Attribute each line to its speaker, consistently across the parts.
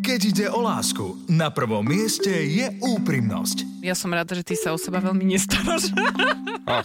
Speaker 1: Keď ide o lásku, na prvom mieste je úprimnosť.
Speaker 2: Ja som rada, že ty sa o seba veľmi nestaráš.
Speaker 3: Ach,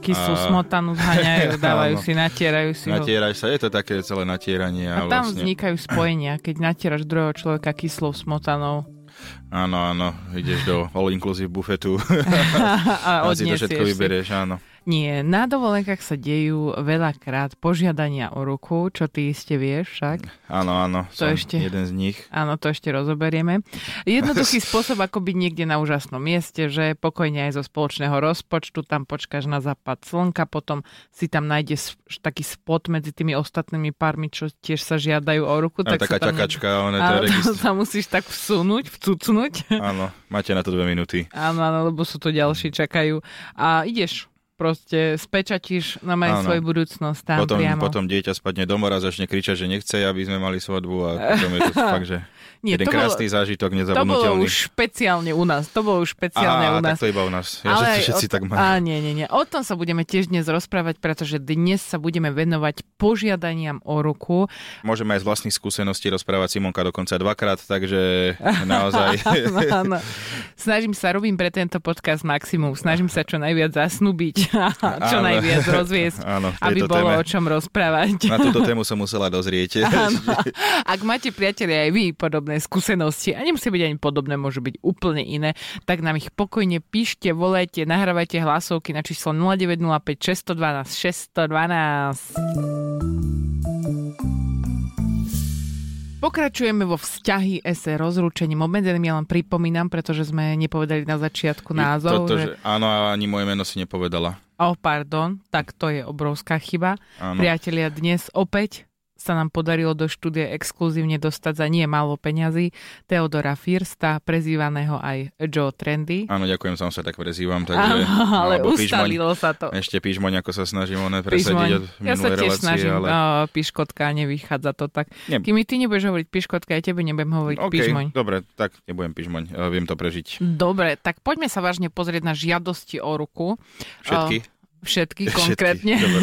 Speaker 2: Kysu,
Speaker 3: A-
Speaker 2: smotanu zhaňajú, dávajú
Speaker 3: Áno.
Speaker 2: si, natierajú si ho.
Speaker 3: natieraš sa, je to také celé natieranie.
Speaker 2: A
Speaker 3: vlastne-
Speaker 2: tam vznikajú spojenia, keď natieraš druhého človeka kyslou smotanou
Speaker 3: Áno, áno, ideš do all inclusive bufetu
Speaker 2: a,
Speaker 3: a si to
Speaker 2: odniesieš
Speaker 3: všetko vyberieš, áno.
Speaker 2: Nie, na dovolenkách sa dejú veľakrát požiadania o ruku, čo ty iste vieš však.
Speaker 3: Áno, áno,
Speaker 2: To
Speaker 3: som
Speaker 2: ešte.
Speaker 3: jeden z nich.
Speaker 2: Áno, to ešte rozoberieme. Jednoduchý spôsob, ako byť niekde na úžasnom mieste, že pokojne aj zo spoločného rozpočtu, tam počkáš na západ slnka, potom si tam nájdeš taký spot medzi tými ostatnými pármi, čo tiež sa žiadajú o ruku.
Speaker 3: Tak taká
Speaker 2: No sa tam
Speaker 3: ťakačka,
Speaker 2: Áno,
Speaker 3: ono No, to je
Speaker 2: tam
Speaker 3: registr.
Speaker 2: sa musíš tak vsunúť, vcucnúť.
Speaker 3: Áno, máte na to dve minúty.
Speaker 2: Áno, áno, lebo sú to ďalší, čakajú. A ideš, proste spečatíš na maj
Speaker 3: Áno.
Speaker 2: svoju budúcnosť tam
Speaker 3: Potom,
Speaker 2: priamo.
Speaker 3: potom dieťa spadne do mora, začne kričať, že nechce, aby sme mali svadbu a potom je to fakt, že
Speaker 2: Nie,
Speaker 3: jeden
Speaker 2: to bolo,
Speaker 3: krásny
Speaker 2: to
Speaker 3: zážitok,
Speaker 2: bolo
Speaker 3: nezabudnutelný.
Speaker 2: už špeciálne u nás, to bolo už špeciálne
Speaker 3: Á,
Speaker 2: u nás.
Speaker 3: tak to iba u nás. Ja, že
Speaker 2: Ale
Speaker 3: to
Speaker 2: aj
Speaker 3: všetci
Speaker 2: o,
Speaker 3: tak majú.
Speaker 2: Á, nie, nie, nie. O tom sa budeme tiež dnes rozprávať, pretože dnes sa budeme venovať požiadaniam o ruku.
Speaker 3: Môžeme aj z vlastných skúseností rozprávať Simonka dokonca dvakrát, takže naozaj
Speaker 2: Áno, áno. Snažím sa, robím pre tento podcast maximum. Snažím sa čo najviac zasnúbiť a čo
Speaker 3: Áno.
Speaker 2: najviac rozviesť,
Speaker 3: Áno, v tejto
Speaker 2: aby bolo
Speaker 3: téme. No.
Speaker 2: o čom rozprávať.
Speaker 3: na túto tému som musela dozrieť.
Speaker 2: Áno. Ak máte priatelia aj vy podobné skúsenosti, a nemusí byť ani podobné, môžu byť úplne iné, tak nám ich pokojne píšte, volajte, nahrávajte hlasovky na číslo 0905 612 612. Pokračujeme vo vzťahy SE rozručením obmedzeným. Ja len pripomínam, pretože sme nepovedali na začiatku názov.
Speaker 3: Toto, že... Áno, a ani moje meno si nepovedala.
Speaker 2: Oh, pardon, tak to je obrovská chyba.
Speaker 3: Áno.
Speaker 2: Priatelia, dnes opäť sa nám podarilo do štúdie exkluzívne dostať za nie málo peňazí Teodora Firsta, prezývaného aj Joe Trendy.
Speaker 3: Áno, ďakujem, sám sa tak prezývam, takže...
Speaker 2: Áno,
Speaker 3: No,
Speaker 2: ale
Speaker 3: alebo Pižmoň.
Speaker 2: ustalilo sa to.
Speaker 3: Ešte pížmoň, ako sa snažím one
Speaker 2: Pižmoň.
Speaker 3: presadiť od
Speaker 2: Ja sa
Speaker 3: minulej
Speaker 2: tiež
Speaker 3: relácie,
Speaker 2: snažím,
Speaker 3: ale...
Speaker 2: ale... piškotka, nevychádza to tak.
Speaker 3: Ne-
Speaker 2: Kým mi ty nebudeš hovoriť piškotka, ja tebe nebudem hovoriť
Speaker 3: OK,
Speaker 2: pižmoň.
Speaker 3: dobre, tak nebudem pižmoň, e, viem to prežiť.
Speaker 2: Dobre, tak poďme sa vážne pozrieť na žiadosti o ruku.
Speaker 3: Všetky?
Speaker 2: Všetky
Speaker 3: Všetky,
Speaker 2: konkrétne.
Speaker 3: dobre.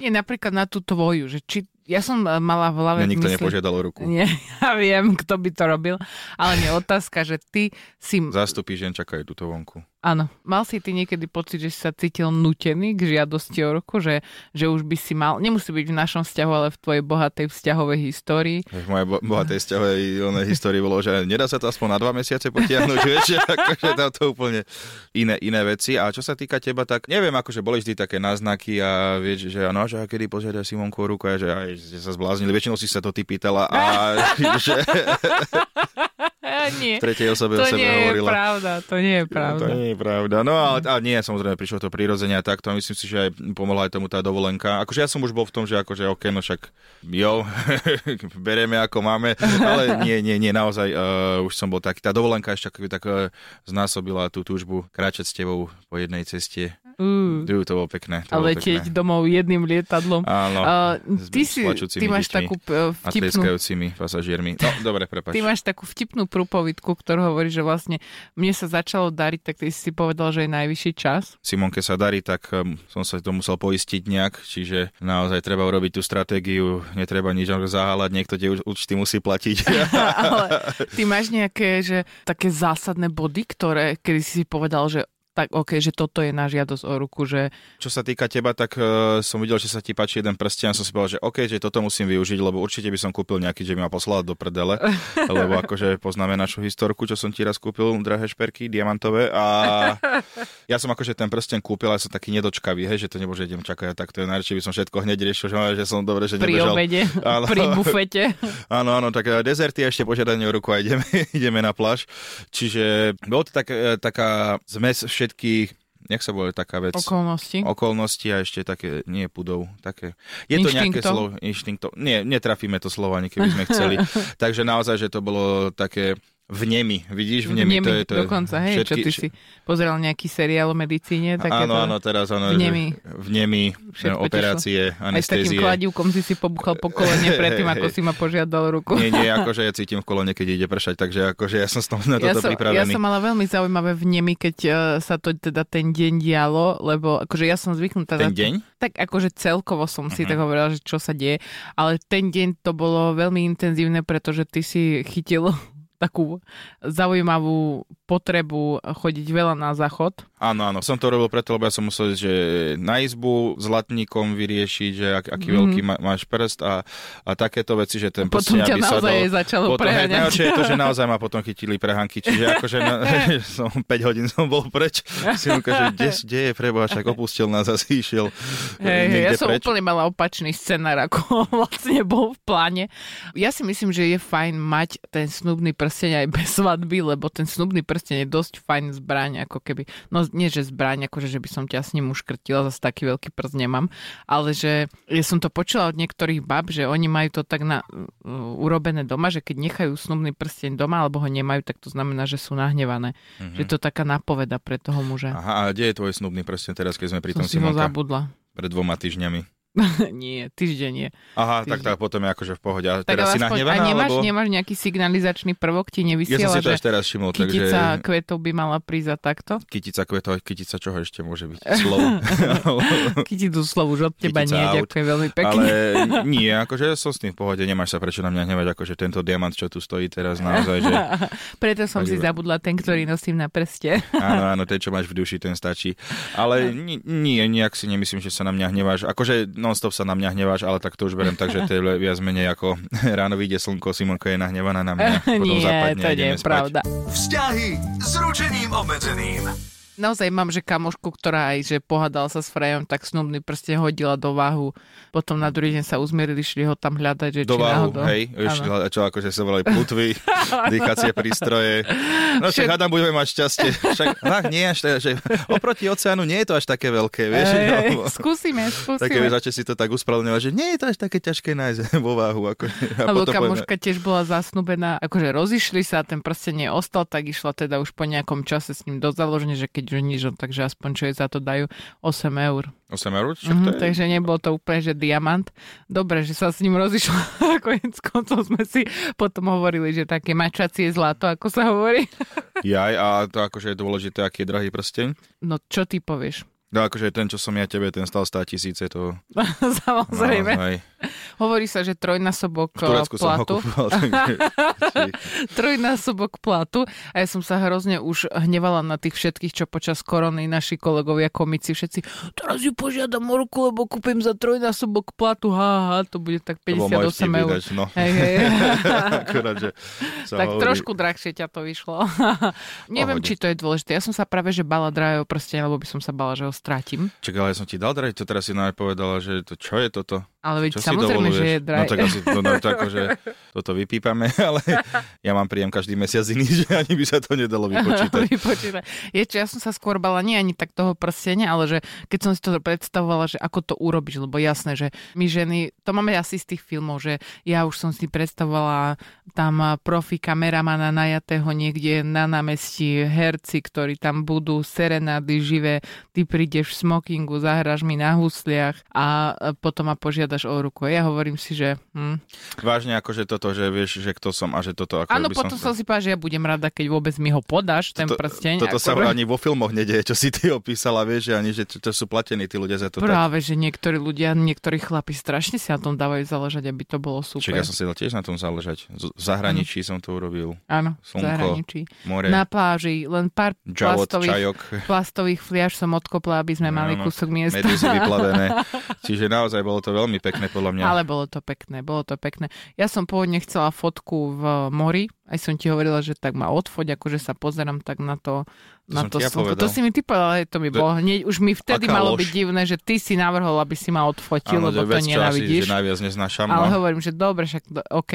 Speaker 2: Nie, napríklad na tú tvoju, že či... Ja som e, mala v hlave
Speaker 3: Mňa
Speaker 2: v
Speaker 3: nikto
Speaker 2: mysli-
Speaker 3: nepožiadal o ruku.
Speaker 2: Nie, ja viem, kto by to robil, ale nie otázka, že ty si...
Speaker 3: Zástupy žien čakajú túto vonku.
Speaker 2: Áno, mal si ty niekedy pocit, že si sa cítil nutený k žiadosti o roku, že, že už by si mal, nemusí byť v našom vzťahu, ale v tvojej bohatej vzťahovej histórii.
Speaker 3: V mojej bo- bohatej vzťahovej onej histórii bolo, že nedá sa to aspoň na dva mesiace potiahnuť, vieš, že akože tam to úplne iné, iné veci. A čo sa týka teba, tak neviem, akože boli vždy také náznaky a vieš, že no, že a kedy požiadaš Simonku o ruku a že aj ste sa zbláznili. Väčšinou si sa to ty pýtala a že
Speaker 2: E, nie,
Speaker 3: tretej osobe
Speaker 2: to
Speaker 3: o sebe
Speaker 2: nie je
Speaker 3: hovorila.
Speaker 2: pravda, to nie je
Speaker 3: To
Speaker 2: pravda.
Speaker 3: nie je pravda. No ale a nie, samozrejme, prišlo to prirodzene a takto. a Myslím si, že aj pomohla aj tomu tá dovolenka. Akože ja som už bol v tom, že akože OK, no však jo, bereme ako máme, ale nie, nie, nie, naozaj uh, už som bol taký. Tá dovolenka ešte ako tak uh, znásobila tú túžbu kráčať s tebou po jednej ceste.
Speaker 2: Uh,
Speaker 3: Jú, to bolo pekné.
Speaker 2: a
Speaker 3: To bolo
Speaker 2: letieť
Speaker 3: pekné.
Speaker 2: domov jedným lietadlom.
Speaker 3: Áno,
Speaker 2: Uh,
Speaker 3: s
Speaker 2: ty, si,
Speaker 3: plačúcimi
Speaker 2: ty máš
Speaker 3: deťmi
Speaker 2: takú e,
Speaker 3: a
Speaker 2: vtipnú
Speaker 3: tlieskajúcimi pasažiermi. No, dobre, prepač.
Speaker 2: Ty máš takú vtipnú prúpovidku, ktorú hovorí, že vlastne mne sa začalo dariť, tak ty si povedal, že je najvyšší čas.
Speaker 3: Simonke sa darí, tak um, som sa to musel poistiť nejak, čiže naozaj treba urobiť tú stratégiu, netreba nič zahálať, niekto tie úč- účty musí platiť.
Speaker 2: Ale ty máš nejaké, že také zásadné body, ktoré, kedy si si povedal, že tak OK, že toto je na žiadosť o ruku, že
Speaker 3: Čo sa týka teba, tak uh, som videl, že sa ti páči jeden prsten a som si povedal, že OK, že toto musím využiť, lebo určite by som kúpil nejaký, že by ma poslal do prdele, lebo akože poznáme našu historku, čo som ti raz kúpil, drahé šperky, diamantové a ja som akože ten prsten kúpil, ale som taký nedočkavý, hej, že to nebo, že idem čakať, tak to je najradšej by som všetko hneď riešil, že, že som dobre, že
Speaker 2: pri
Speaker 3: nebežal.
Speaker 2: obede,
Speaker 3: Áno.
Speaker 2: pri bufete.
Speaker 3: Áno, áno, tak e, dezerty a ešte požiadanie o ruku a ideme, ideme na pláž. Čiže bolo to tak, e, taká zmes všetkých, jak sa volá taká vec?
Speaker 2: Okolnosti.
Speaker 3: okolnosti a ešte také, nie pudov, také. Je to nejaké
Speaker 2: Inštinktov?
Speaker 3: slovo, inštinktov. Nie, netrafíme to slovo ani keby sme chceli. Takže naozaj, že to bolo také vnemi, vidíš, vnemi, to je to. je-
Speaker 2: dokonca, hej, čo ty si pozeral nejaký seriál o medicíne, také to,
Speaker 3: Áno, áno, teraz áno,
Speaker 2: Vnemi.
Speaker 3: vnemi,
Speaker 2: Všetko aj s
Speaker 3: operácie,
Speaker 2: takým
Speaker 3: anestézie.
Speaker 2: kladívkom si si pobuchal po kolene predtým, ako si ma požiadal ruku.
Speaker 3: Nie, nie, akože ja cítim v kolone, keď ide pršať, takže akože ja som s tom na
Speaker 2: ja,
Speaker 3: toto
Speaker 2: som, ja
Speaker 3: pripravený.
Speaker 2: som mala veľmi zaujímavé vnemy, keď eh, sa to teda ten deň dialo, lebo akože ja som zvyknutá na
Speaker 3: Ten
Speaker 2: to-
Speaker 3: deň? Mhm.
Speaker 2: tak akože celkovo som si tak hovorila, že čo sa deje, ale ten deň to bolo veľmi intenzívne, pretože ty si chytil takú zaujímavú potrebu chodiť veľa na záchod.
Speaker 3: Áno, áno. Som to robil preto, lebo ja som musel, ísť, že na izbu s latníkom vyriešiť, že ak, aký mm. veľký ma, máš prst a, a takéto veci, že ten
Speaker 2: Mhm.
Speaker 3: prst
Speaker 2: Potom ťa
Speaker 3: aby
Speaker 2: naozaj
Speaker 3: sadol.
Speaker 2: začalo
Speaker 3: Potom, hej,
Speaker 2: preháňať.
Speaker 3: najhoršie je to, že naozaj ma potom chytili prehanky, čiže akože na, som 5 hodín som bol preč. Si ukáže, kde, kde je preboha, však opustil nás a išiel
Speaker 2: Hej, hej, ja
Speaker 3: niekde
Speaker 2: som
Speaker 3: preč.
Speaker 2: úplne mala opačný scenár, ako vlastne bol v pláne. Ja si myslím, že je fajn mať ten snubný prsteň aj bez svadby, lebo ten snubný prsteň je dosť fajn zbraň, ako keby. No nie, že zbraň, akože že by som ťa s ním uškrtila, zase taký veľký prst nemám, ale že ja som to počula od niektorých bab, že oni majú to tak na, uh, urobené doma, že keď nechajú snubný prsteň doma, alebo ho nemajú, tak to znamená, že sú nahnevané. Mm-hmm. Že to je taká nápoveda pre toho muža.
Speaker 3: Mhm. Aha, Hm. a kde je tvoj snubný prsten teraz, keď sme pri tom
Speaker 2: som si ho
Speaker 3: Simonka?
Speaker 2: zabudla.
Speaker 3: Pred dvoma týždňami.
Speaker 2: nie, týždeň nie.
Speaker 3: Aha,
Speaker 2: Týždeň.
Speaker 3: tak, tak potom je akože v pohode. A
Speaker 2: Tak
Speaker 3: teraz si
Speaker 2: ale aspoň-
Speaker 3: nahnevaná,
Speaker 2: a nemáš,
Speaker 3: alebo...
Speaker 2: nemáš nejaký signalizačný prvok, ti
Speaker 3: Ja som
Speaker 2: nevysiela,
Speaker 3: si to
Speaker 2: že
Speaker 3: až teraz všimol, takže...
Speaker 2: kytica kvetov by mala prísť a takto?
Speaker 3: Kytica kvetov, kytica čoho ešte môže byť? Slov.
Speaker 2: Kyticu slovu už od teba
Speaker 3: Kytica
Speaker 2: nie,
Speaker 3: aut.
Speaker 2: ďakujem veľmi
Speaker 3: Ale
Speaker 2: pekne.
Speaker 3: nie, akože som s tým v pohode, nemáš sa prečo na mňa hnevať, akože tento diamant, čo tu stojí teraz naozaj, že
Speaker 2: Preto som si zabudla ten,
Speaker 3: Mm.
Speaker 2: ktorý nosím na prste.
Speaker 3: áno, áno, ten, čo máš v duši, ten stačí. Ale ni- nie, nejak si nemyslím, že sa na mňa hneváš. Akože non-stop sa na mňa hneváš, ale tak to už berem tak, že to je viac menej ako ráno vyjde slnko, Simonka je nahnevaná na mňa, potom
Speaker 2: nie,
Speaker 3: zapadne
Speaker 2: to
Speaker 3: a
Speaker 2: nie
Speaker 3: ideme
Speaker 2: je
Speaker 3: spať.
Speaker 2: pravda.
Speaker 1: Vzťahy s ručením obmedzeným.
Speaker 2: Naozaj mám, že kamošku, ktorá aj, že pohádala sa s frajom, tak snubný prste hodila do váhu. Potom na druhý deň sa uzmierili, šli ho tam hľadať, že či
Speaker 3: do váhu,
Speaker 2: náhodou.
Speaker 3: hej, ešte,
Speaker 2: Áno.
Speaker 3: čo akože sa volajú plutvy, dýchacie prístroje. No však
Speaker 2: Všet-
Speaker 3: hádam, budeme mať šťastie. Však hádam, nie až tak, že oproti oceánu nie je to až také veľké, vieš.
Speaker 2: Ej,
Speaker 3: no.
Speaker 2: skúsime, skúsime.
Speaker 3: Tak keby začal si to tak uspravedlňovať, že nie je to až také ťažké nájsť vo váhu. Ako, a
Speaker 2: Lebo
Speaker 3: potom povieme,
Speaker 2: kamoška tiež bola zasnubená, akože rozišli sa a ten prsteň ostal, tak išla teda už po nejakom čase s ním do založne, že keď už nič, no takže aspoň čo jej za to dajú 8 eur.
Speaker 3: 8 eur, čo to
Speaker 2: Mhm,
Speaker 3: je?
Speaker 2: takže nebolo to úplne, že diamant. Dobre, že sa s ním rozišla. Koniec koncov sme si potom hovorili, že také mačacie zlato, ako sa hovorí.
Speaker 3: Jaj, a to akože je dôležité, aký je drahý prsteň.
Speaker 2: No čo ty povieš?
Speaker 3: No akože ten, čo som ja tebe, ten stal 100 tisíce, to... no,
Speaker 2: Samozrejme.
Speaker 3: naozaj.
Speaker 2: Hovorí sa, že trojnásobok
Speaker 3: No,
Speaker 2: eh,
Speaker 3: V Turecku som ho
Speaker 2: platu.
Speaker 3: kúpil. takže-
Speaker 2: trojnásobok platu a ja som sa hrozne už hnevala na tých všetkých, čo počas korony naši kolegovia komici všetci teraz ju požiadam o ruku, lebo kúpim za trojnásobok platu, ha, ha, to bude tak
Speaker 3: To bol
Speaker 2: 58
Speaker 3: môj vtip,
Speaker 2: eur.
Speaker 3: ináč, no.
Speaker 2: Hej, hej.
Speaker 3: Akurát, že sa
Speaker 2: tak
Speaker 3: hovorí.
Speaker 2: trošku drahšie ťa to vyšlo. Neviem,
Speaker 3: Pohode.
Speaker 2: či to je dôležité. Ja som sa práve, že bala drahého prstenia, lebo by som sa bala, že ho strátim.
Speaker 3: Čak, ale ja som ti dal drahý, to teraz si nám povedala, že to, čo je toto?
Speaker 2: Ale veď
Speaker 3: Čo
Speaker 2: samozrejme,
Speaker 3: si dovoluješ?
Speaker 2: že je
Speaker 3: No
Speaker 2: drahé.
Speaker 3: tak asi to, no, to akože, toto vypípame, ale ja mám príjem každý mesiac iný, že ani by sa to nedalo vypočítať.
Speaker 2: vypočítať. Je čo, ja som sa skôr bala nie ani tak toho prstenia, ale že keď som si to predstavovala, že ako to urobíš, lebo jasné, že my ženy, to máme asi z tých filmov, že ja už som si predstavovala tam a, profi kameramana najatého niekde na námestí, herci, ktorí tam budú, serenády živé, ty prídeš v smokingu, zahraš mi na husliach a e, potom ma požiadaš nepodáš o ruku. Ja hovorím si, že... Hm.
Speaker 3: Vážne akože toto, že vieš, že kto som a že toto ako
Speaker 2: Áno,
Speaker 3: by
Speaker 2: potom som
Speaker 3: som...
Speaker 2: si povedal, že ja budem rada, keď vôbec mi ho podáš, ten
Speaker 3: To-
Speaker 2: prsteň.
Speaker 3: Toto sa
Speaker 2: akože-
Speaker 3: ani vo filmoch nedieje, čo si ty opísala, vieš, že ani, že to, to sú platení tí ľudia za to. tak.
Speaker 2: Práve, že niektorí ľudia, niektorí chlapi strašne si na tom dávajú záležať, aby to bolo
Speaker 3: Čak,
Speaker 2: super.
Speaker 3: ja som si dal tiež na tom záležať. Z- V zahraničí som to urobil.
Speaker 2: Áno, v
Speaker 3: Slnko,
Speaker 2: zahraničí.
Speaker 3: More,
Speaker 2: Na pláži, len pár
Speaker 3: džavot,
Speaker 2: plastových,
Speaker 3: čajok. No,
Speaker 2: plastových fliaž som odkopla, aby sme
Speaker 3: Áno,
Speaker 2: mali kúsok miesta.
Speaker 3: Medúzy vyplavené. Čiže naozaj bolo to veľmi pekné podľa mňa.
Speaker 2: Ale bolo to pekné, bolo to pekné. Ja som pôvodne chcela fotku v eh, mori, aj som ti hovorila, že tak ma odfoť, akože sa pozerám tak na to,
Speaker 3: To
Speaker 2: na
Speaker 3: som
Speaker 2: to
Speaker 3: ti ja
Speaker 2: slnko.
Speaker 3: povedal.
Speaker 2: To si mi ty povedal, ale to mi
Speaker 3: To-
Speaker 2: bolo hneď, už mi vtedy
Speaker 3: Aká
Speaker 2: malo
Speaker 3: lož.
Speaker 2: byť divné, že ty si navrhol, aby si ma odfotil,
Speaker 3: Áno,
Speaker 2: lebo
Speaker 3: je
Speaker 2: to
Speaker 3: vec, čo asi,
Speaker 2: nenávidíš.
Speaker 3: že najviac neznášam.
Speaker 2: Ale
Speaker 3: no.
Speaker 2: hovorím, že dobre, však do, OK.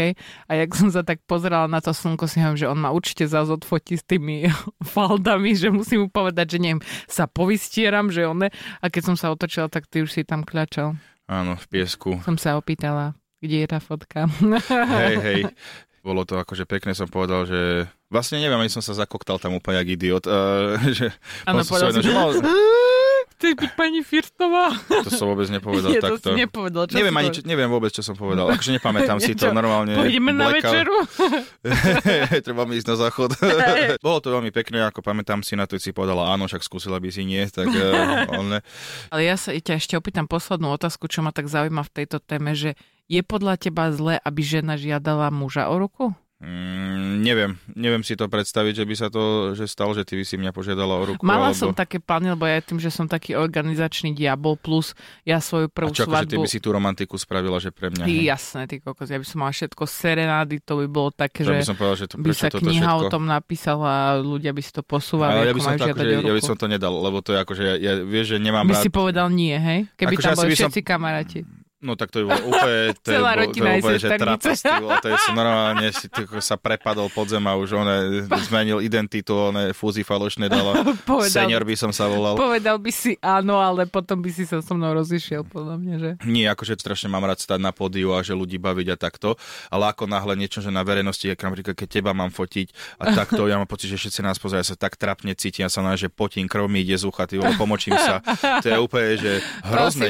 Speaker 2: A jak som sa tak pozerala na to slnko, si hovorím, že on ma určite zás odfotí s tými faldami, že musím mu povedať, že neviem, sa povystieram, že on ne. A keď som sa otočila, tak ty už si tam kľačal.
Speaker 3: Áno, v piesku.
Speaker 2: Som sa opýtala, kde je tá fotka.
Speaker 3: Hej, hej. Bolo to akože pekné, som povedal, že vlastne neviem, ani som sa zakoktal tam úplne jak idiot. Uh, že...
Speaker 2: Áno,
Speaker 3: som si uvedomil, že mal-
Speaker 2: to je byť pani Firtová.
Speaker 3: to som vôbec nepovedal
Speaker 2: Nie, to si
Speaker 3: takto.
Speaker 2: nepovedal. Čo
Speaker 3: Neviem,
Speaker 2: si
Speaker 3: ani,
Speaker 2: povedal?
Speaker 3: čo, neviem vôbec, čo som povedal. Akože nepamätám si
Speaker 2: Čo?
Speaker 3: to normálne.
Speaker 2: Pôjdeme na
Speaker 3: blackout.
Speaker 2: večeru.
Speaker 3: Treba mi ísť na záchod. Bolo to veľmi pekné, ako pamätám si na to, si povedala áno, však skúsila by si nie, tak uh, on ne.
Speaker 2: Ale ja sa ťa ešte opýtam poslednú otázku, čo ma tak zaujíma v tejto téme, že je podľa teba zlé, aby žena žiadala muža o ruku?
Speaker 3: Mm, neviem, neviem si to predstaviť, že by sa to, že stalo, že ty by si mňa požiadala o ruku.
Speaker 2: Mala
Speaker 3: alebo...
Speaker 2: som také plány, lebo ja tým, že som taký organizačný diabol, plus ja svoju
Speaker 3: A
Speaker 2: prvú
Speaker 3: čo, akože ty
Speaker 2: svadbu...
Speaker 3: by si tú romantiku spravila, že pre mňa.
Speaker 2: Ty,
Speaker 3: hej?
Speaker 2: Jasné, ty kokos, ja by som mala všetko serenády, to by bolo také,
Speaker 3: To
Speaker 2: že
Speaker 3: by som povedal, že to,
Speaker 2: by
Speaker 3: prečo
Speaker 2: sa
Speaker 3: toto
Speaker 2: kniha
Speaker 3: všetko.
Speaker 2: o tom napísala a ľudia by si to posúvali,
Speaker 3: Ale ja
Speaker 2: ako
Speaker 3: by, som
Speaker 2: majú
Speaker 3: to,
Speaker 2: žiadať
Speaker 3: akože,
Speaker 2: o ruku.
Speaker 3: ja by som to nedal, lebo to je akože, ja, ja vieš, že nemám
Speaker 2: by
Speaker 3: rád,
Speaker 2: si povedal nie, hej? Keby
Speaker 3: Akože
Speaker 2: tam
Speaker 3: asi
Speaker 2: boli
Speaker 3: by som-
Speaker 2: všetci kamaráti.
Speaker 3: no tak to je bolo úplne, to je,
Speaker 2: Celá
Speaker 3: bolo- to
Speaker 2: rodina
Speaker 3: je
Speaker 2: aj
Speaker 3: úplne, že
Speaker 2: sesternice.
Speaker 3: trapas, ty vole, to je som normálne, si ty, ako sa prepadol pod zem a už on zmenil identitu, on fúzi falošne dala,
Speaker 2: Povedal,
Speaker 3: senior by som sa volal.
Speaker 2: povedal by si áno, ale potom by si sa so mnou rozišiel, podľa mňa, že?
Speaker 3: Nie, akože strašne mám rád stať na pódiu a že ľudí baviť a takto, ale ako náhle niečo, že na verejnosti, ako napríklad keď teba mám fotiť a takto, ja mám pocit, že všetci nás pozerajú, ja sa tak trapne cítim, ja sa na že potím, krv mi ide z ucha, ty vole, pomočím sa. To je úplne, že hrozné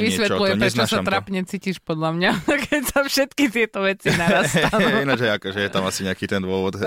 Speaker 2: to si
Speaker 3: niečo,
Speaker 2: vysvetľuje,
Speaker 3: to
Speaker 2: prečo sa
Speaker 3: neznášam to.
Speaker 2: trapne cítiš, podľa mňa, keď sa všetky tieto veci naraz stanú.
Speaker 3: Ináč, že akože je tam asi nejaký ten dôvod.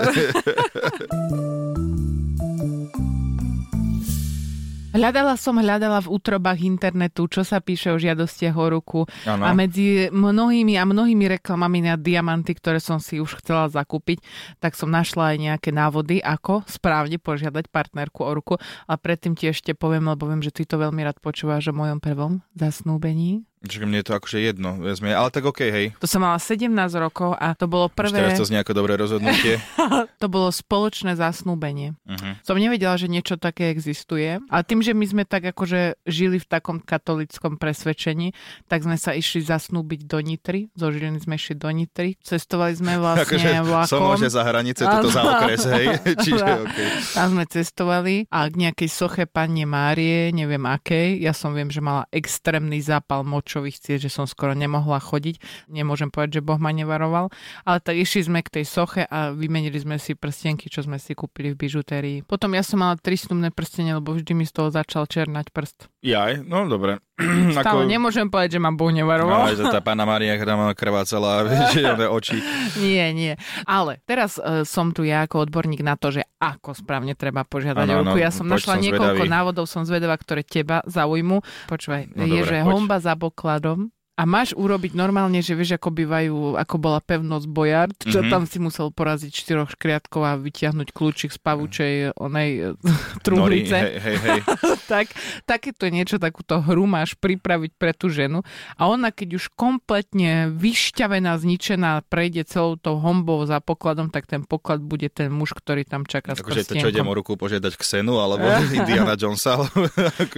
Speaker 2: Hľadala som, hľadala v útrobách internetu, čo sa píše o žiadostiach o ruku
Speaker 3: Áno.
Speaker 2: a medzi mnohými a mnohými reklamami na diamanty, ktoré som si už chcela zakúpiť, tak som našla aj nejaké návody, ako správne požiadať partnerku o ruku. A predtým ti ešte poviem, lebo viem, že ty to veľmi rád počúvaš o mojom prvom zasnúbení.
Speaker 3: Čiže mne je to akože jedno, vezme, ale tak okej, hej.
Speaker 2: To som mala 17 rokov a to bolo
Speaker 3: Prvé. Už
Speaker 2: prvé,
Speaker 3: teraz to znie ako dobré rozhodnutie.
Speaker 2: to bolo spoločné zasnúbenie.
Speaker 3: uh-huh.
Speaker 2: Som nevedela, že niečo také existuje. A tým, že my sme tak akože žili v takom katolickom presvedčení, tak sme sa išli zasnúbiť do Nitry. Zo Žiliny sme išli do Nitry. Cestovali sme
Speaker 3: akože
Speaker 2: vlastne
Speaker 3: som
Speaker 2: vlakom.
Speaker 3: môže za hranice, toto za
Speaker 2: Áno.
Speaker 3: okres, hej. Čiže
Speaker 2: Áno.
Speaker 3: okej.
Speaker 2: Tam sme cestovali a k nejakej soche pani Márie, neviem akej, ja som viem, že mala extrémny zápal močových ciest, že som skoro nemohla chodiť. Nemôžem povedať, že Boh ma nevaroval. Ale tak išli sme k tej soche a vymenili sme si prstenky, čo sme si kúpili v bižutérii. Potom ja som mala tri snubné prstenie, lebo vždy mi z toho začal černať prst.
Speaker 3: Jaj, no dobre.
Speaker 2: Stále nemôžem povedať, že ma Boh nevaroval.
Speaker 3: Ale No, že tá pána Maria, ktorá má krvácala, vieš, že ona oči.
Speaker 2: Nie, nie. Ale teraz e, som tu ja ako odborník na to, že ako správne treba požiadať o
Speaker 3: Áno,
Speaker 2: ruku.
Speaker 3: áno,
Speaker 2: Ja som
Speaker 3: poď,
Speaker 2: našla
Speaker 3: som
Speaker 2: niekoľko
Speaker 3: zvedavý.
Speaker 2: návodov, som zvedavá, ktoré teba zaujmu. Počúvaj,
Speaker 3: No
Speaker 2: je,
Speaker 3: dobre,
Speaker 2: že
Speaker 3: poď.
Speaker 2: homba za pokladom a máš urobiť normálne, že vieš, ako bývajú, ako bola pevnosť Bojard, čo
Speaker 3: Mhm.
Speaker 2: tam si musel poraziť štyroch škriatkov a vytiahnuť kľúčik z pavučej onej e, truhlice
Speaker 3: Nori, No, hej, hej, hej.
Speaker 2: tak, takéto niečo, takúto hru máš pripraviť pre tú ženu a ona keď už kompletne vyšťavená, zničená, prejde celou tou hombou za pokladom, tak ten poklad bude ten muž, ktorý tam čaká s
Speaker 3: Akože to, čo idem
Speaker 2: prstienkom.
Speaker 3: o ruku požiadať Xenu, alebo Indiana Jonesa, alebo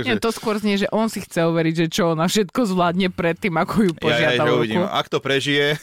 Speaker 2: Nie,
Speaker 3: akože...
Speaker 2: to skôr znie, že on si chce overiť, že čo ona všetko zvládne predtým, ako ju
Speaker 3: Ja, ja,
Speaker 2: požiada
Speaker 3: že
Speaker 2: o
Speaker 3: uvidím.
Speaker 2: ruku.
Speaker 3: Ak to prežije,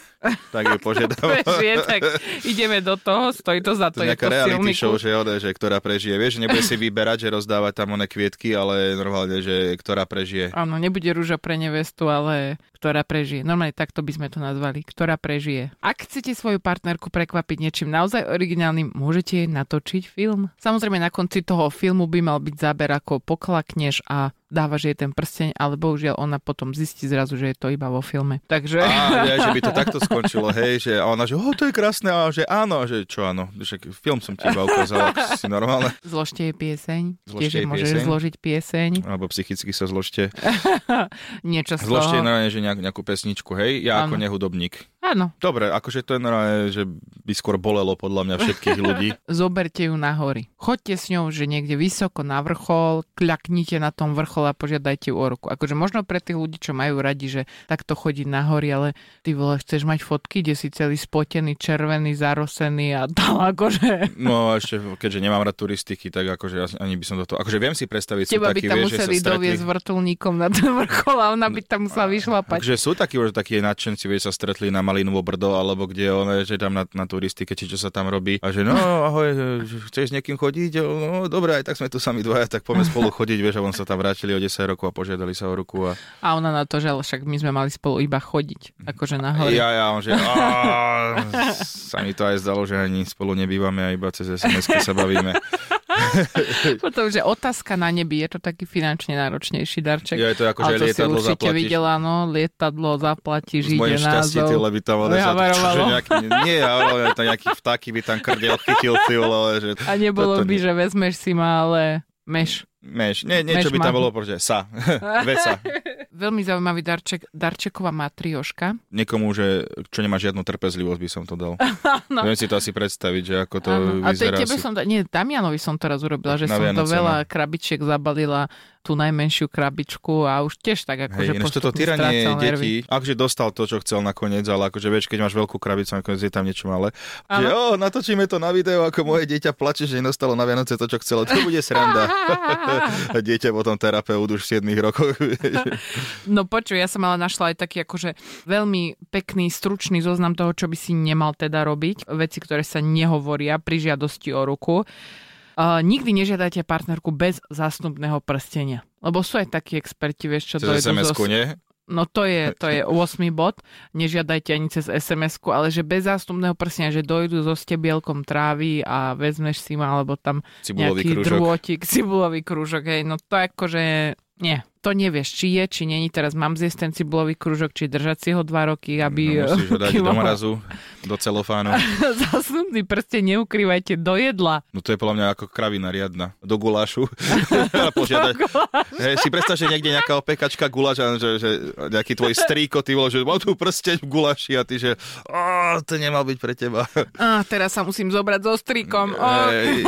Speaker 3: tak ju požiadam.
Speaker 2: Prežije, tak ideme do toho, stojí to za to,
Speaker 3: To je
Speaker 2: je
Speaker 3: nejaká
Speaker 2: to
Speaker 3: reality
Speaker 2: silný
Speaker 3: show,
Speaker 2: kus.
Speaker 3: že, one, že ktorá prežije. Vieš, nebude si vyberať, že rozdáva tam one kvietky, ale normálne, že ktorá prežije.
Speaker 2: Áno, nebude rúža pre nevestu, ale ktorá prežije. Normálne takto by sme to nazvali. Ktorá prežije. Ak chcete svoju partnerku prekvapiť niečím naozaj originálnym, môžete jej natočiť film. Samozrejme, na konci toho filmu by mal byť záber, ako poklakneš a dávaš jej ten prsteň, ale bohužiaľ ona potom zistí zrazu, že je to iba vo filme. Takže...
Speaker 3: Á, ja, že by to takto skončilo, hej, že a ona, že o, to je krásne, a že áno, a že čo áno, že film som ti iba ukázal, ako si normálne.
Speaker 2: Zložte jej pieseň.
Speaker 3: Zložte
Speaker 2: Tiež jej
Speaker 3: jej
Speaker 2: môžeš
Speaker 3: pieseň.
Speaker 2: zložiť pieseň.
Speaker 3: Alebo psychicky sa zložte.
Speaker 2: Niečo z
Speaker 3: Zložte
Speaker 2: toho.
Speaker 3: normálne, že nejak, nejakú pesničku, hej, ja
Speaker 2: Áno.
Speaker 3: ako nehudobník.
Speaker 2: Áno,
Speaker 3: Dobre, akože to je normálne, že by skôr bolelo podľa mňa všetkých ľudí.
Speaker 2: zoberte ju na hory. Choďte s ňou, že niekde vysoko na vrchol, kľaknite na tom vrchol a požiadajte ju o ruku. Akože možno pre tých ľudí, čo majú radi, že takto chodí na hory, ale ty vole, chceš mať fotky, kde si celý spotený, červený, zarosený a tam akože...
Speaker 3: No a ešte, keďže nemám rád turistiky, tak akože ja ani by som do toho... Akože viem si predstaviť, sú
Speaker 2: Teba by
Speaker 3: takí,
Speaker 2: tam
Speaker 3: vieš, že sa
Speaker 2: museli
Speaker 3: stretli...
Speaker 2: doviezť vrtulníkom na ten vrchol a ona by tam musela vyšlapať.
Speaker 3: Takže Akože sú takí, že takí nadšenci, vieš, sa stretli na Malinovo brdo, alebo kde on, že tam na, na turistike, či čo sa tam robí. A že no, ahoj, že chceš s niekým chodiť? No, dobre, aj tak sme tu sami dvaja, tak poďme spolu chodiť, vieš, a on sa tam vrátili o 10 rokov a požiadali sa o ruku. A
Speaker 2: A ona na to, že ale však my sme mali spolu iba chodiť, akože na hory.
Speaker 3: ja, ja, on, že "Á, sa mi to aj zdalo, že ani spolu nebývame a iba cez sms sa bavíme.
Speaker 2: Pretože otázka na nebi je to taký finančne náročnejší darček.
Speaker 3: Ja, je to ako, že
Speaker 2: ale to si
Speaker 3: Akože lietadlo
Speaker 2: určite
Speaker 3: zaplatíš.
Speaker 2: videla, no, lietadlo zaplatíš,
Speaker 3: S mojim
Speaker 2: ide
Speaker 3: šťastím ty
Speaker 2: názov.
Speaker 3: leby tam ale sa
Speaker 2: Vyhavarovalo.
Speaker 3: že nejaký, nie, ale to nejaký vtáky by tam krdel chytil ty vole, ale že
Speaker 2: A nebolo
Speaker 3: toto
Speaker 2: by,
Speaker 3: nie-
Speaker 2: že vezmeš si ma, ale meš.
Speaker 3: Meš, nie, niečo
Speaker 2: Meš
Speaker 3: by tam
Speaker 2: má-
Speaker 3: bolo, pretože sa, vesa.
Speaker 2: Veľmi zaujímavý darček, darčeková matrioška.
Speaker 3: Niekomu, že čo nemá žiadnu trpezlivosť, by som to dal.
Speaker 2: Áno.
Speaker 3: Viem si to asi predstaviť, že ako to
Speaker 2: Áno. A to je
Speaker 3: vyzerá.
Speaker 2: tebe
Speaker 3: sú-
Speaker 2: som, da- nie, Damianovi som to raz urobila, že
Speaker 3: Na
Speaker 2: som do
Speaker 3: Vianoce, no.
Speaker 2: veľa krabičiek zabalila tú najmenšiu krabičku a už tiež tak ako, že
Speaker 3: Hej, ináč
Speaker 2: Akože
Speaker 3: toto
Speaker 2: postupne
Speaker 3: tyranie
Speaker 2: strácal nervy.
Speaker 3: detí, akože dostal to, čo chcel nakoniec, ale akože vieš, keď máš veľkú krabicu, nakoniec je tam niečo malé. Že,
Speaker 2: Áno.
Speaker 3: o, natočíme to na video, ako moje dieťa plače, že nedostalo na Vianoce to, čo chcelo. To bude sranda. A dieťa potom terapeut už v 7 rokoch.
Speaker 2: No počuj, ja som ale našla aj taký akože veľmi pekný, stručný zoznam toho, čo by si nemal teda robiť. Veci, ktoré sa nehovoria pri žiadosti o ruku. Uh, nikdy nežiadajte partnerku bez zásnubného prstenia. Lebo sú aj takí experti, vieš, čo
Speaker 3: Cez
Speaker 2: to je.
Speaker 3: SMS-ku, nie?
Speaker 2: No to je, to je 8 bod. Nežiadajte ani cez SMS-ku, ale že bez zástupného prstenia, že dojdu so stebielkom trávy a vezmeš si ma, alebo tam
Speaker 3: Cibulový
Speaker 2: nejaký
Speaker 3: krúžok.
Speaker 2: drôtik, cibulový krúžok, hej, no to akože, nie, to nevieš, či je, či není, teraz mám zjesť ten cibulový krúžok, či držať si ho dva roky, aby...
Speaker 3: No, musíš ho dať
Speaker 2: kým
Speaker 3: do
Speaker 2: on-
Speaker 3: mrazu, do celofánu.
Speaker 2: Zasnubný prste neukrývajte do jedla.
Speaker 3: No to je podľa mňa ako kravina riadna. Do gulášu. A požiadať. Hej, si predstav, že niekde nejaká opekačka guláš, a že, že nejaký tvoj strýko, ty vole, že mám tu prsteň v guláši a ty, že "Á, to nemal byť pre teba.
Speaker 2: A teraz sa musím zobrať so strikom. O,
Speaker 3: Ej.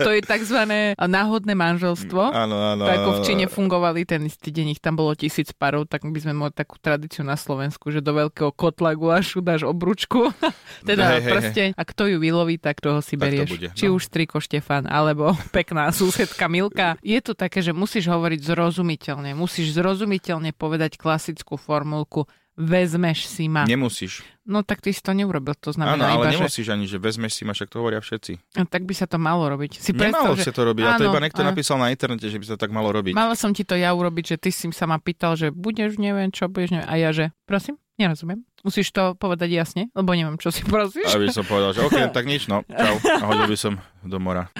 Speaker 2: to je tzv. náhodné manželstvo.
Speaker 3: Áno, áno.
Speaker 2: To ako v
Speaker 3: áno.
Speaker 2: Číne fungovali ten istý deň, ich tam bolo tisíc parov, tak by sme mali takú tradíciu na Slovensku, že do veľkého kotla gulášu dáš obručku, teda
Speaker 3: Hej, hej, hej.
Speaker 2: prsteň, a kto ju vyloví, tak toho si
Speaker 3: Tak to
Speaker 2: berieš.
Speaker 3: bude,
Speaker 2: Či
Speaker 3: no.
Speaker 2: už striko Štefan, alebo pekná susedka Milka. Je to také, že musíš hovoriť zrozumiteľne, musíš zrozumiteľne povedať klasickú formulku vezmeš si ma.
Speaker 3: Nemusíš.
Speaker 2: No tak ty si to neurobil, to
Speaker 3: Áno,
Speaker 2: znamená iba, že
Speaker 3: ale
Speaker 2: No
Speaker 3: nemusíš ani, že vezmeš si ma, však to hovoria všetci.
Speaker 2: tak by sa to malo robiť. Si predstav,
Speaker 3: Nemalo
Speaker 2: že-
Speaker 3: sa to robiť, a to
Speaker 2: Áno,
Speaker 3: iba niekto
Speaker 2: áno.
Speaker 3: napísal na internete, že by sa tak malo robiť.
Speaker 2: Mala som ti to ja urobiť, že ty si sa ma pýtal, že budeš, neviem čo, budeš, neviem. A ja, že prosím, nerozumiem. Musíš to povedať jasne, lebo neviem, čo si prosíš.
Speaker 3: Aby som povedal, že OK, tak nič, no, čau. A hodil by som do mora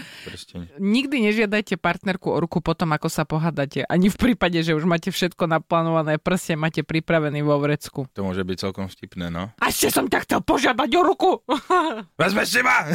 Speaker 3: prsteň.
Speaker 2: Nikdy nežiadajte partnerku o ruku potom, ako sa pohádate. Ani v prípade, že už máte všetko naplánované, prste máte pripravený vo vrecku.
Speaker 3: To môže byť celkom vtipné, no.
Speaker 2: A ešte som tak chcel požiadať o ruku!
Speaker 3: Vezmeš si ma!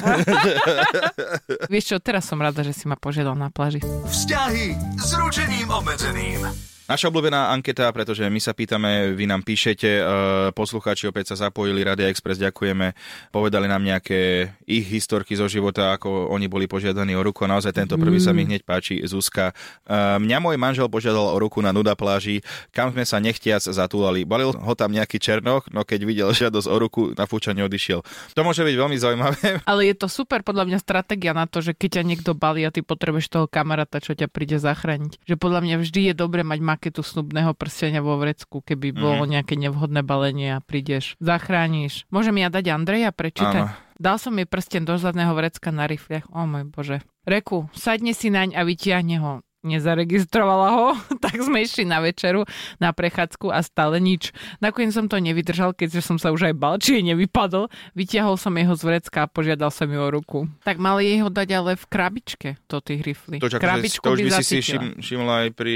Speaker 2: Vieš čo, teraz som rada, že si ma požiadal na pláži.
Speaker 1: Vzťahy s ručením obmedzeným.
Speaker 3: Naša obľúbená anketa, pretože my sa pýtame, vy nám píšete, e, poslucháči opäť sa zapojili, Radia Express, ďakujeme, povedali nám nejaké ich historky zo života, ako oni boli požiadaní o ruku a naozaj tento prvý sa mi
Speaker 2: Mm.
Speaker 3: hneď páči, Zuzka. E, Mňa môj manžel požiadal o ruku na nuda pláži, kam sme sa nechtiac zatúlali. Balil ho tam nejaký černoch, no keď videl žiadosť o ruku, na fúčanie odišiel. To môže byť veľmi zaujímavé.
Speaker 2: Ale je to super podľa mňa stratégia na to, že keď ťa niekto balí a ty potrebuješ toho kamaráta, čo ťa príde zachrániť. Že podľa mňa vždy je dobre mať maketu snubného prstenia vo vrecku, keby bolo nejaké nevhodné balenie a prídeš, zachrániš. Môžem ja dať Andreja prečítať?
Speaker 3: Áno.
Speaker 2: Dal som jej prsten do zadného vrecka na rifliach. O môj bože. Reku, sadne si naň a vytiahne ho. Nezaregistrovala ho, tak tak sme išli na večeru, na prechádzku a stále nič. Nakoniec som to nevydržal, keďže som sa už aj bal, či jej nevypadol. Vytiahol som jeho z vrecka a požiadal som ju o ruku. Tak mali jej ho dať ale v krabičke, to ty hrifli.
Speaker 3: To, čo, akože,
Speaker 2: Krabičku
Speaker 3: to už by si si
Speaker 2: zacítila.
Speaker 3: všim, všimla aj pri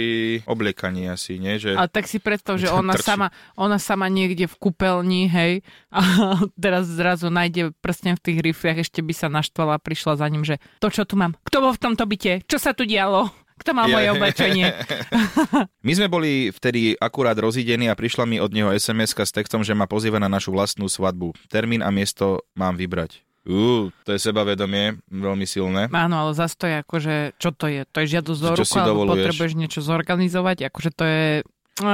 Speaker 3: obliekaní asi, nie? Že...
Speaker 2: A tak si predstav, že ona
Speaker 3: Trčí.
Speaker 2: sama, ona sama niekde v kúpeľni, hej, a teraz zrazu nájde prsten v tých rifliach, ešte by sa naštvala a prišla za ním, že to, čo tu mám, kto bol v tomto byte, čo sa tu dialo, kto má moje
Speaker 3: Je.
Speaker 2: oblečenie.
Speaker 3: My sme boli vtedy akurát rozídení a prišla mi od neho sms s textom, že ma pozýva na našu vlastnú svadbu. Termín a miesto mám vybrať. Ú, to je sebavedomie, veľmi silné.
Speaker 2: No Áno, ale zase to je akože, čo to je? To je žiadosť o
Speaker 3: Čo
Speaker 2: ruku,
Speaker 3: si
Speaker 2: alebo
Speaker 3: dovoluješ?
Speaker 2: potrebuješ niečo zorganizovať, akože to je... Á,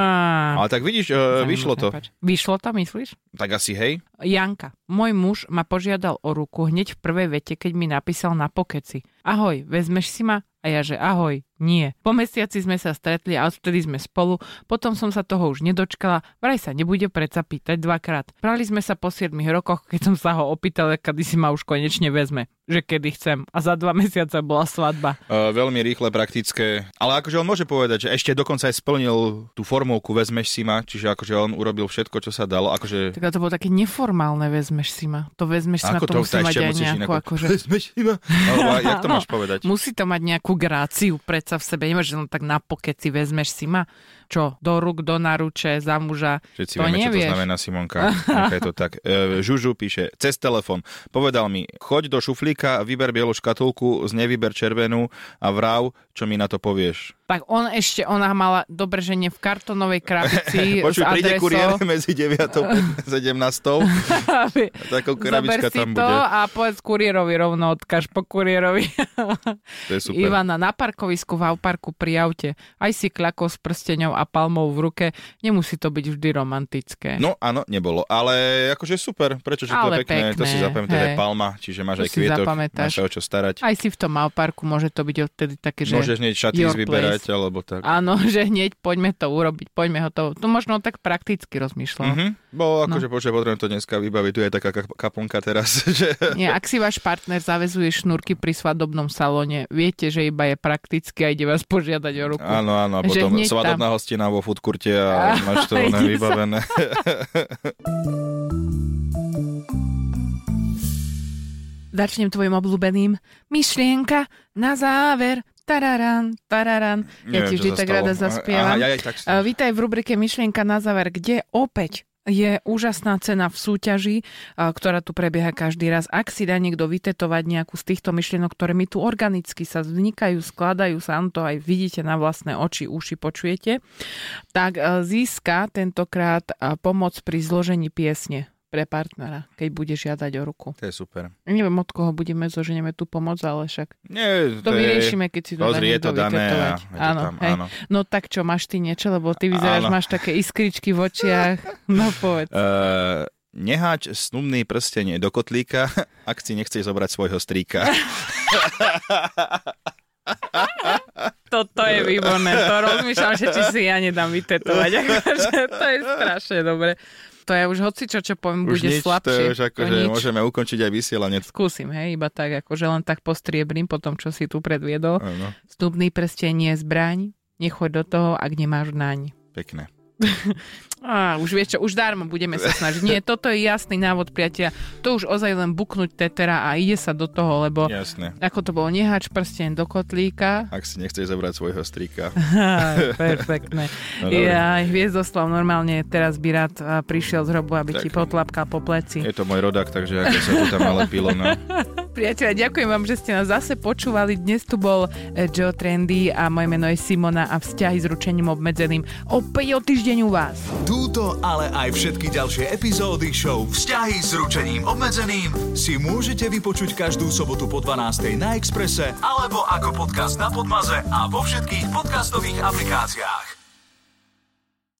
Speaker 3: Ale tak vidíš, e, vyšlo to.
Speaker 2: Prepáč. Vyšlo to, myslíš?
Speaker 3: Tak asi hej. E,
Speaker 2: Janka, môj muž ma požiadal o ruku hneď v prvej vete, keď mi napísal na pokeci. Ahoj, vezmeš si ma? A ja že ahoj, nie. Po mesiaci sme sa stretli a odvtedy sme spolu, potom som sa toho už nedočkala, vraj sa nebude predsa pýtať dvakrát. Prali sme sa po 7 rokoch, keď som sa ho opýtala, kedy si ma už konečne vezme, že kedy chcem. A za dva mesiace bola svadba.
Speaker 3: E, veľmi rýchle, praktické. Ale akože on môže povedať, že ešte dokonca aj splnil tú formovku vezmeš si ma, čiže akože on urobil všetko, čo sa dalo. Akože...
Speaker 2: Tak to bolo také neformálne, vezmeš si ma. To vezmeš si ma,
Speaker 3: Ako
Speaker 2: to,
Speaker 3: to,
Speaker 2: musí
Speaker 3: tá
Speaker 2: mať
Speaker 3: ešte
Speaker 2: aj
Speaker 3: musíš
Speaker 2: nejakú,
Speaker 3: inak-
Speaker 2: akože...
Speaker 3: Vezmeš si ma? Alebo a- jak to
Speaker 2: No.
Speaker 3: máš povedať?
Speaker 2: Musí to mať nejakú gráciu predsa v sebe. Nemáš že len tak na pokeci, vezmeš si ma, čo, do rúk, do naruče, za muža.
Speaker 3: Všetci
Speaker 2: To
Speaker 3: vieme, čo
Speaker 2: nevieš.
Speaker 3: to znamená Simonka. Nechaj to tak. E, Žužu píše, cez telefon. Povedal mi, choď do šuflíka, vyber bielu škatulku, z nevyber červenú a vrav, čo mi na to povieš.
Speaker 2: Tak on ešte, ona mala dobre, že nie v kartonovej krabici s
Speaker 3: Počuj, príde kuriér
Speaker 2: adresou.
Speaker 3: medzi 9 a 17. Takou
Speaker 2: Zaber
Speaker 3: krabička
Speaker 2: si
Speaker 3: tam
Speaker 2: to
Speaker 3: bude.
Speaker 2: a povedz kuriérovi rovno, odkaž po kuriérovi.
Speaker 3: To je super.
Speaker 2: Ivana, na parkovisku v parku pri aute. Aj si klakol s prsteňou a palmou v ruke. Nemusí to byť vždy romantické.
Speaker 3: No áno, nebolo, ale akože super, prečo, že to
Speaker 2: Ale
Speaker 3: je pekné, to si
Speaker 2: pekné,
Speaker 3: zapamätáš, to je
Speaker 2: hej.
Speaker 3: palma, čiže máš
Speaker 2: To
Speaker 3: aj
Speaker 2: si
Speaker 3: kvietok,
Speaker 2: zapamätáš.
Speaker 3: máš sa o čo starať,
Speaker 2: Aj si v tom Malparku môže to byť odtedy také, že...
Speaker 3: môžeš hneď šaty
Speaker 2: your
Speaker 3: vyberať, alebo tak.
Speaker 2: Áno, že hneď poďme to urobiť, poďme ho to. Tu možno tak prakticky rozmýšľam.
Speaker 3: Mhm. Bo akože no. počujem, potrebujem to dneska vybaviť, tu je taká kap- kaponka teraz, že
Speaker 2: Nie, ak si váš partner zavezuje šnúrky pri svadobnom salóne, viete, že iba je prakticky a ide vás požiadať o ruku.
Speaker 3: áno, áno, a
Speaker 2: Že
Speaker 3: potom
Speaker 2: hneď
Speaker 3: svadobná hostina vo foodkurte a máš to
Speaker 2: ide
Speaker 3: ono
Speaker 2: sa.
Speaker 3: vybavené.
Speaker 2: Začnem tvojim obľúbeným. Myšlienka na záver. Tararan, tararan. Ja
Speaker 3: Neviem,
Speaker 2: ti
Speaker 3: čo
Speaker 2: vždy
Speaker 3: sa
Speaker 2: tak
Speaker 3: stalo.
Speaker 2: rada zaspievam.
Speaker 3: Aha, ja, ja, tak,
Speaker 2: Eh, Vítaj v rubrike Myšlienka na záver, kde opäť je úžasná cena v súťaži, eh, ktorá tu prebieha každý raz. Ak si dá niekto vytetovať nejakú z týchto myšlienok, ktoré mi tu organicky sa vznikajú, skladajú sa, áno, to aj vidíte na vlastné oči, uši, počujete, tak eh, získa tentokrát eh, pomoc pri zložení piesne pre partnera, keď bude žiadať o ruku.
Speaker 3: to je super.
Speaker 2: Neviem, od koho budeme, zoženieme tú pomoc, ale však
Speaker 3: Nie,
Speaker 2: to, vyriešime, keď si to dá
Speaker 3: Pozri, je
Speaker 2: niekto
Speaker 3: to dané a
Speaker 2: vytetovať.
Speaker 3: je to tam,
Speaker 2: hej.
Speaker 3: áno.
Speaker 2: No tak čo, máš ty niečo, lebo ty vyzeráš,
Speaker 3: Áno.
Speaker 2: máš také iskričky v očiach. No povedz.
Speaker 3: Uh, neháč snubný prsteň do kotlíka, ak si nechceš zobrať svojho strýka.
Speaker 2: Toto je výborné, to rozmýšľam, že či si ja nedám vytetovať. Akože, to je strašne dobre. To je už hocičo, čo poviem,
Speaker 3: už
Speaker 2: bude
Speaker 3: nič,
Speaker 2: slabšie.
Speaker 3: to je už akože ako,
Speaker 2: To
Speaker 3: že
Speaker 2: nič.
Speaker 3: môžeme ukončiť aj vysielanie.
Speaker 2: Skúsim, hej, iba tak, akože len tak postriebrim po tom, čo si tu predviedol.
Speaker 3: Áno,
Speaker 2: Snubný prsteň je zbraň, nechoď do toho, ak nemáš naň.
Speaker 3: pekné.
Speaker 2: Á, už vieš čo, už darmo budeme sa snažiť. Nie, toto je jasný návod, priateľa. To už ozaj len buknúť tetera a ide sa do toho, lebo
Speaker 3: Jasné.
Speaker 2: Ako to bolo, nehač prsteň do kotlíka.
Speaker 3: Ak si nechceš zobrať svojho strýka.
Speaker 2: Á, Perfektné.
Speaker 3: No, dobre.
Speaker 2: ja, Hviezdoslav normálne teraz by rád á, prišiel z hrobu, aby
Speaker 3: Tak.
Speaker 2: ti potlapkal po pleci.
Speaker 3: Je to môj rodak, takže ako sa to tam ale pilo. No.
Speaker 2: Priatelia, ďakujem vám, že ste nás zase počúvali. Dnes tu bol e, Joe Trendy a moje meno je Simona a vzťahy s ručením obmedzeným. Opäť o týždeň u vás.
Speaker 1: Túto, ale aj všetky ďalšie epizódy show Vzťahy s ručením obmedzeným si môžete vypočuť každú sobotu po 12. na Exprese alebo ako podcast na Podmaze a vo všetkých podcastových aplikáciách.